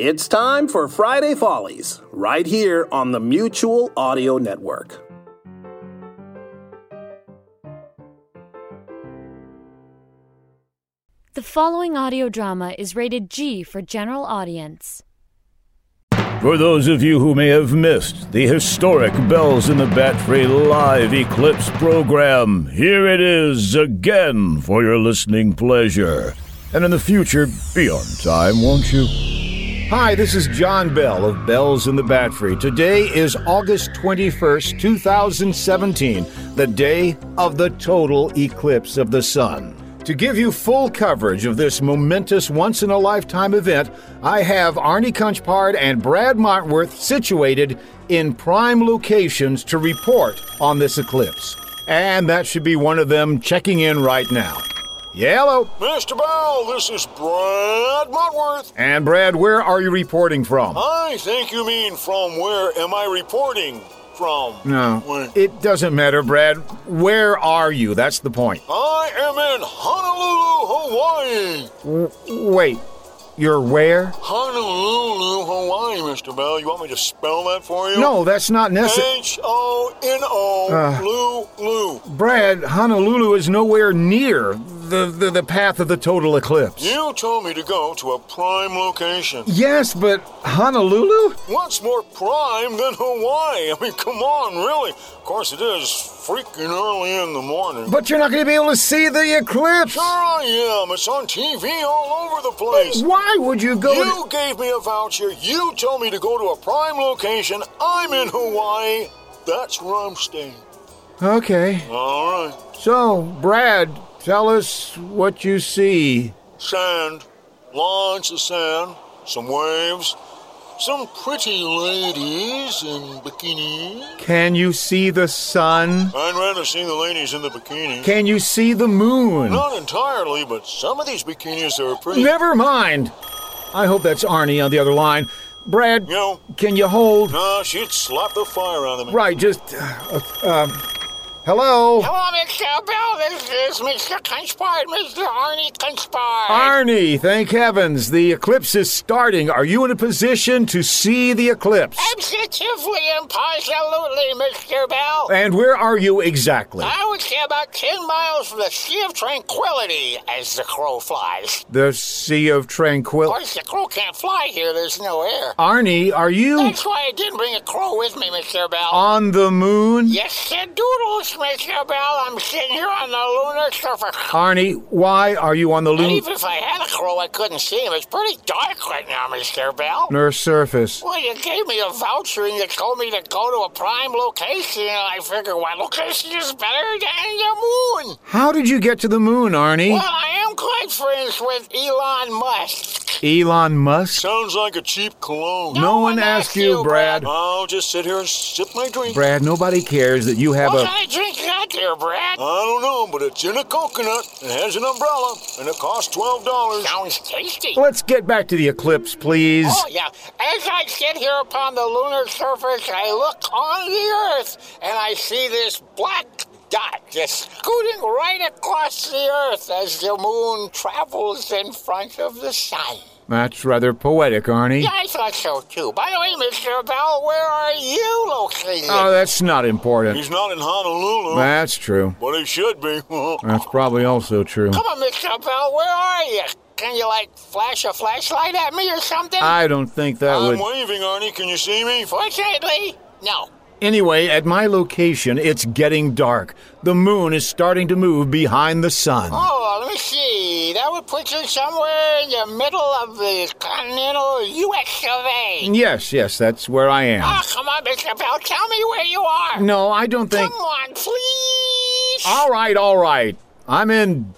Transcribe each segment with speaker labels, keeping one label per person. Speaker 1: It's time for Friday Follies, right here on the Mutual Audio Network.
Speaker 2: The following audio drama is rated G for general audience.
Speaker 3: For those of you who may have missed the historic Bells in the Bat Fray live eclipse program, here it is again for your listening pleasure. And in the future, be on time, won't you? Hi, this is John Bell of Bells in the Bat Free. Today is August 21st, 2017, the day of the total eclipse of the sun. To give you full coverage of this momentous once in a lifetime event, I have Arnie Kunchpard and Brad Montworth situated in prime locations to report on this eclipse. And that should be one of them checking in right now. Yeah, hello.
Speaker 4: Mr. Bell, this is Brad Montworth.
Speaker 3: And Brad, where are you reporting from?
Speaker 4: I think you mean from where am I reporting from?
Speaker 3: No.
Speaker 4: Wait.
Speaker 3: It doesn't matter, Brad. Where are you? That's the point.
Speaker 4: I am in Honolulu, Hawaii.
Speaker 3: Wait, you're where?
Speaker 4: Honolulu, Hawaii, Mr. Bell. You want me to spell that for you?
Speaker 3: No, that's not necessary.
Speaker 4: H O N O Lulu.
Speaker 3: Uh, Brad, Honolulu is nowhere near the, the, the path of the total eclipse.
Speaker 4: You told me to go to a prime location.
Speaker 3: Yes, but Honolulu?
Speaker 4: What's more prime than Hawaii? I mean, come on, really. Of course, it is freaking early in the morning.
Speaker 3: But you're not going to be able to see the eclipse.
Speaker 4: Sure I am. It's on TV all over the place.
Speaker 3: Why would you go?
Speaker 4: You gave me a voucher. You told me to go to a prime location. I'm in Hawaii. That's where I'm staying.
Speaker 3: to- okay.
Speaker 4: All right.
Speaker 3: So, Brad, tell us what you see.
Speaker 4: Sand. Lots of sand. Some waves. Some pretty ladies in bikinis.
Speaker 3: Can you see the sun?
Speaker 4: I'd rather see the ladies in the bikinis.
Speaker 3: Can you see the moon?
Speaker 4: Not entirely, but some of these bikinis are pretty.
Speaker 3: Never mind. I hope that's Arnie on the other line. Brad,
Speaker 4: No.
Speaker 3: can you hold?
Speaker 4: Nah, she'd slap the fire out of me.
Speaker 3: Right, just. Uh, um, hello?
Speaker 5: Hello, Mr. Bell. This is Mr. Kunchpard, Mr. Arnie Kunchpard.
Speaker 3: Arnie, thank heavens. The eclipse is starting. Are you in a position to see the eclipse?
Speaker 5: Absolutely and positively, Mr. Bell.
Speaker 3: And where are you exactly?
Speaker 5: I would say about 10 miles from the Sea of Tranquility as the crow flies.
Speaker 3: The Sea of
Speaker 5: Of
Speaker 3: Tranquility.
Speaker 5: course, the crow can't fly here. There's no air.
Speaker 3: Arnie, are you
Speaker 5: That's why I didn't bring a crow with me, Mr. Bell.
Speaker 3: on the moon?
Speaker 5: Yes, sir, doodles, Mr. Bell. I'm sitting here on the lunar surface.
Speaker 3: Arnie, why are you on the
Speaker 5: And
Speaker 3: lunar
Speaker 5: even if I had a crow, I couldn't see him. It's pretty dark right now, Mr. Bell.
Speaker 3: surface?
Speaker 5: Well, you gave me a voucher and you told me to go to a prime location, and I figured what location is better than the moon?
Speaker 3: How did you get to the moon,
Speaker 5: Well,
Speaker 3: Arnie?
Speaker 5: I am quite friends with Elon Musk.
Speaker 3: Elon Musk?
Speaker 4: Sounds like a cheap cologne.
Speaker 3: No one asked you, Brad.
Speaker 4: I'll just sit here and sip my drink.
Speaker 3: Brad, nobody cares that you have
Speaker 5: What
Speaker 3: a.
Speaker 5: kind of drink you got there,
Speaker 4: I
Speaker 5: Brad?
Speaker 4: don't know, but it's in a coconut and has an umbrella and it costs twelve dollars.
Speaker 5: Sounds tasty.
Speaker 3: Let's get back to the eclipse, please.
Speaker 5: Oh, yeah. As I sit here upon the lunar surface, I look on the Earth and I see this black dot just scooting right across the Earth as the moon travels in front of the sun.
Speaker 3: That's rather poetic, Arnie.
Speaker 5: Yeah, I thought so too. By the way, Mr. Bell, where are you located?
Speaker 3: Oh, that's not important.
Speaker 4: He's not in Honolulu,
Speaker 3: That's true.
Speaker 4: but he should be.
Speaker 3: That's probably also true.
Speaker 5: Come on, Mr. Bell, where are you? Can you, like, flash a flashlight at me or something?
Speaker 3: I don't think that
Speaker 4: I'm
Speaker 3: would.
Speaker 4: waving, Arnie. Can you see me?
Speaker 5: Fortunately, no.
Speaker 3: Anyway, at my location, it's getting dark. The moon is starting to move behind the sun.
Speaker 5: Oh, let me see. That would put you somewhere in the middle of the continental U.S. of A.
Speaker 3: Yes, yes, that's where I am.
Speaker 5: Oh, come on, Mr. Bell, tell me where you are.
Speaker 3: No, I don't think.
Speaker 5: Come on, please.
Speaker 3: All right, all right. I'm in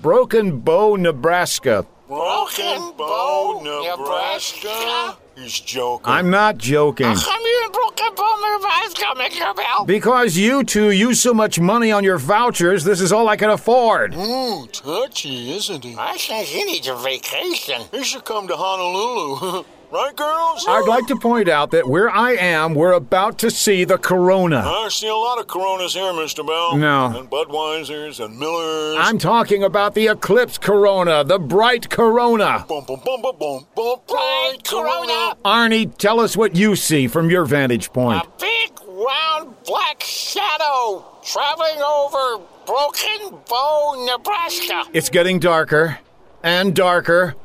Speaker 3: Broken Bow, Nebraska.
Speaker 4: Broken Bow, Nebraska. He's joking.
Speaker 3: I'm not joking.
Speaker 5: How come you in Broken Bow, Nebraska, Mr. Bell?
Speaker 3: Because you two use so much money on your vouchers, this is all I can afford.
Speaker 4: Ooh, touchy, isn't he?
Speaker 5: I think he needs a vacation.
Speaker 4: He should come to Honolulu. right, girls?
Speaker 3: I'd like to point out that where I am, we're about to see the corona.
Speaker 4: I see a lot of Coronas here, Mr. Bell.
Speaker 3: No.
Speaker 4: And Budweisers and Millers.
Speaker 3: I'm talking about the eclipse corona, the bright corona.
Speaker 4: Bum, bum, bum, bum, bum, bum,
Speaker 5: Bright Corona.
Speaker 3: Arnie, tell us what you see from your vantage point.
Speaker 5: A big round black shadow traveling over Broken Bow, Nebraska.
Speaker 3: It's getting darker and darker,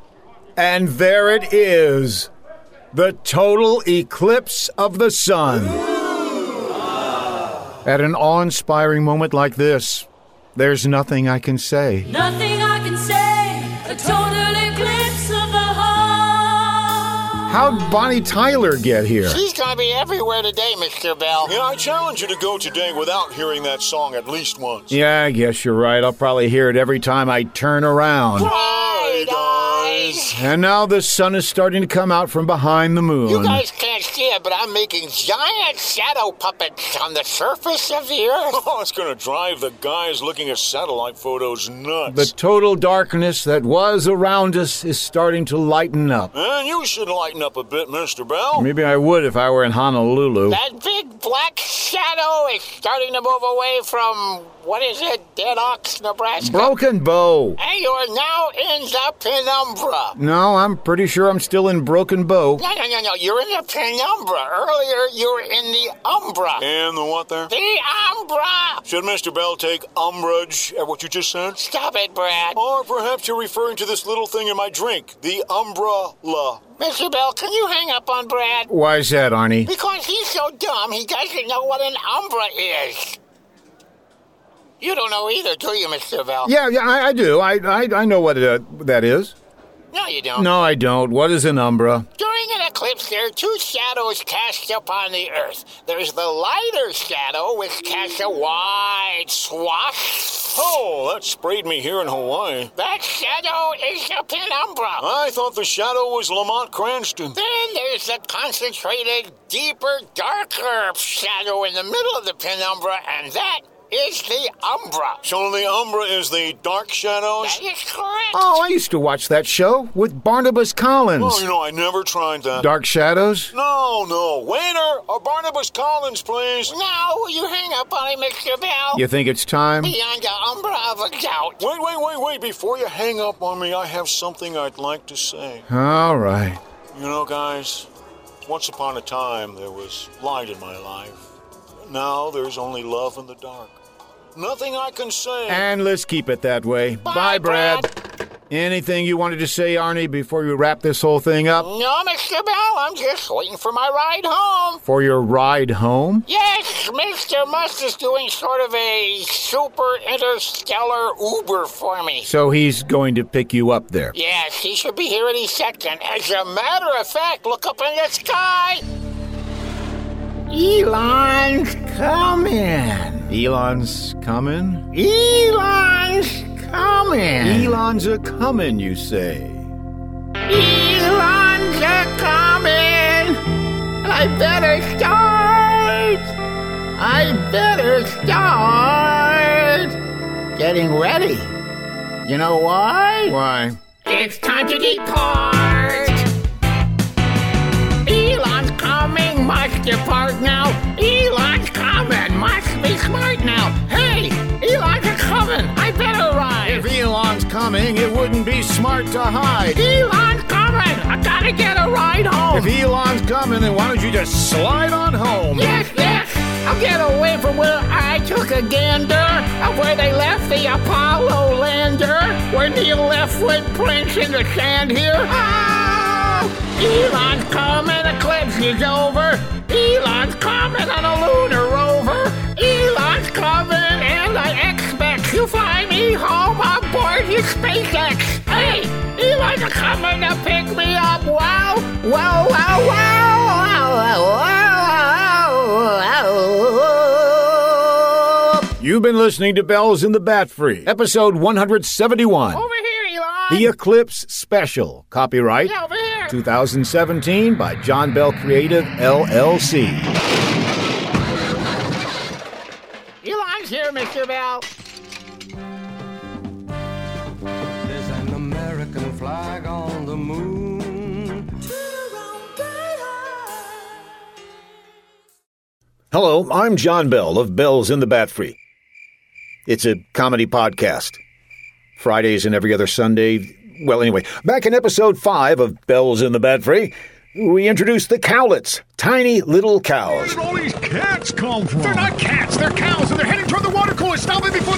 Speaker 3: and there it is the total eclipse of the sun. At an awe inspiring moment like this, there's nothing I can say.
Speaker 6: Nothing I can say, a total eclipse of the heart.
Speaker 3: How'd Bonnie Tyler get here?
Speaker 5: He's gonna be everywhere today, Mr. Bell.
Speaker 4: Yeah, I challenge you to go today without hearing that song at least once.
Speaker 3: Yeah, I guess you're right. I'll probably hear it every time I turn around.
Speaker 5: Bright eyes.
Speaker 3: And now the sun is starting to come out from behind the
Speaker 5: You
Speaker 3: moon.
Speaker 5: guys can't see it, but I'm making giant shadow puppets on the surface of the earth.
Speaker 4: Oh, it's gonna drive the guys looking at satellite photos nuts.
Speaker 3: The total darkness that was around us is starting to lighten up.
Speaker 4: And you should lighten up a bit, Mr. Bell.
Speaker 3: Maybe I would if I were in Honolulu.
Speaker 5: That big black shadow is starting to move away from, what is it, Dead Ox, Nebraska?
Speaker 3: Broken Bow.
Speaker 5: And you're now in the penumbra.
Speaker 3: No, I'm pretty sure I'm still in Broken Bow.
Speaker 5: No, no, no, no. You're in the penumbra. Earlier, you were in the umbra.
Speaker 4: And the what there?
Speaker 5: The umbra!
Speaker 4: Should Mr. Bell take umbrage at what you just said?
Speaker 5: Stop it, Brad.
Speaker 4: Or perhaps you're referring to this little thing in my drink, the umbrella.
Speaker 5: Mr. Bell, can you hang up on Brad?
Speaker 3: Why's that, Arnie?
Speaker 5: Because he's so dumb, he doesn't know what an umbra is. You don't know either, do you, Mr. Bell?
Speaker 3: Yeah, yeah, I, I do. I, I, I know what uh, that is.
Speaker 5: No, you don't.
Speaker 3: No, I don't. What is an umbra?
Speaker 5: During an eclipse, there are two shadows cast upon the Earth. There's the lighter shadow, which casts a wide swath.
Speaker 4: Oh, that sprayed me here in Hawaii.
Speaker 5: That shadow is the penumbra.
Speaker 4: I thought the shadow was Lamont Cranston.
Speaker 5: Then there's the concentrated, deeper, darker shadow in the middle of the penumbra, and that is the umbra.
Speaker 4: So the umbra is the dark shadows?
Speaker 5: That is correct.
Speaker 3: Oh, I used to watch that show with Barnabas
Speaker 4: Oh,
Speaker 3: Collins.
Speaker 4: you know, I never tried that.
Speaker 3: Dark Shadows?
Speaker 4: No, no. Waiter, a Barnabas Collins, please.
Speaker 5: Now will you hang up on him, Mr. Bell?
Speaker 3: You think it's time?
Speaker 5: Beyond the umbra of a doubt.
Speaker 4: Wait, wait, wait, wait. Before you hang up on me, I have something I'd like to say.
Speaker 3: All right.
Speaker 4: You know, guys, once upon a time there was light in my life. Now there's only love in the dark. Nothing I can say.
Speaker 3: And let's keep it that way. Bye, Brad. Anything you wanted to say, Arnie, before you wrap this whole thing up?
Speaker 5: No, Mr. Bell, I'm just waiting for my ride home.
Speaker 3: For your ride home?
Speaker 5: Yes, Mr. Musk is doing sort of a super interstellar Uber for me.
Speaker 3: So he's going to pick you up there.
Speaker 5: Yes, he should be here any second. As a matter of fact, look up in the sky. Elon's coming.
Speaker 3: Elon's coming?
Speaker 5: Elon's coming.
Speaker 3: Elon's a coming, you say.
Speaker 5: Elon's a coming! I better start! I better start! Getting ready. You know why?
Speaker 3: Why?
Speaker 5: It's time to depart! Elon's coming, must depart now! Elon's coming, must be smart now! Hey! Elon's a coming! I better arrive!
Speaker 3: If Elon's coming, it wouldn't be smart to hide.
Speaker 5: Elon's coming! I gotta get a ride home!
Speaker 3: If Elon's coming, then why don't you just slide on home?
Speaker 5: Yes, yes! I'll get away from where I took a gander, of where they left the Apollo lander, where Neil left footprints in the sand here. Oh! Elon's coming, eclipse is over. Elon's coming on a lunar rover. Elon's coming, and I expect you fly me home aboard your SpaceX. Hey, Elon's coming to pick me up. Wow, wow, wow, wow, wow, wow, wow, wow.
Speaker 3: You've been listening to Bells in the Bat Free, episode 171.
Speaker 5: Oh, Over here, Elon.
Speaker 3: The Eclipse Special, copyright
Speaker 5: Yeah, over here.
Speaker 3: 2017 by John Bell Creative LLC.
Speaker 5: Elon's here, Mr. Bell.
Speaker 7: There's an American flag on the moon.
Speaker 3: Hello, I'm John Bell of Bells in the Bat Free. It's a comedy podcast. Fridays and every other Sunday. Well, anyway, back in episode five of Bells in the Bat Free, we introduced the cowlets, tiny little cows.
Speaker 8: all these cats come from? They're not cats, they're cows, and they're heading toward the water cooler. Stop it before.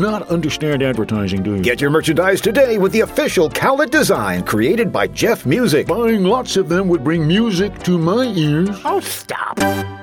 Speaker 8: not understand advertising, do you?
Speaker 3: Get your merchandise today with the official cowlet design created by Jeff Music.
Speaker 8: Buying lots of them would bring music to my ears.
Speaker 5: Oh, stop.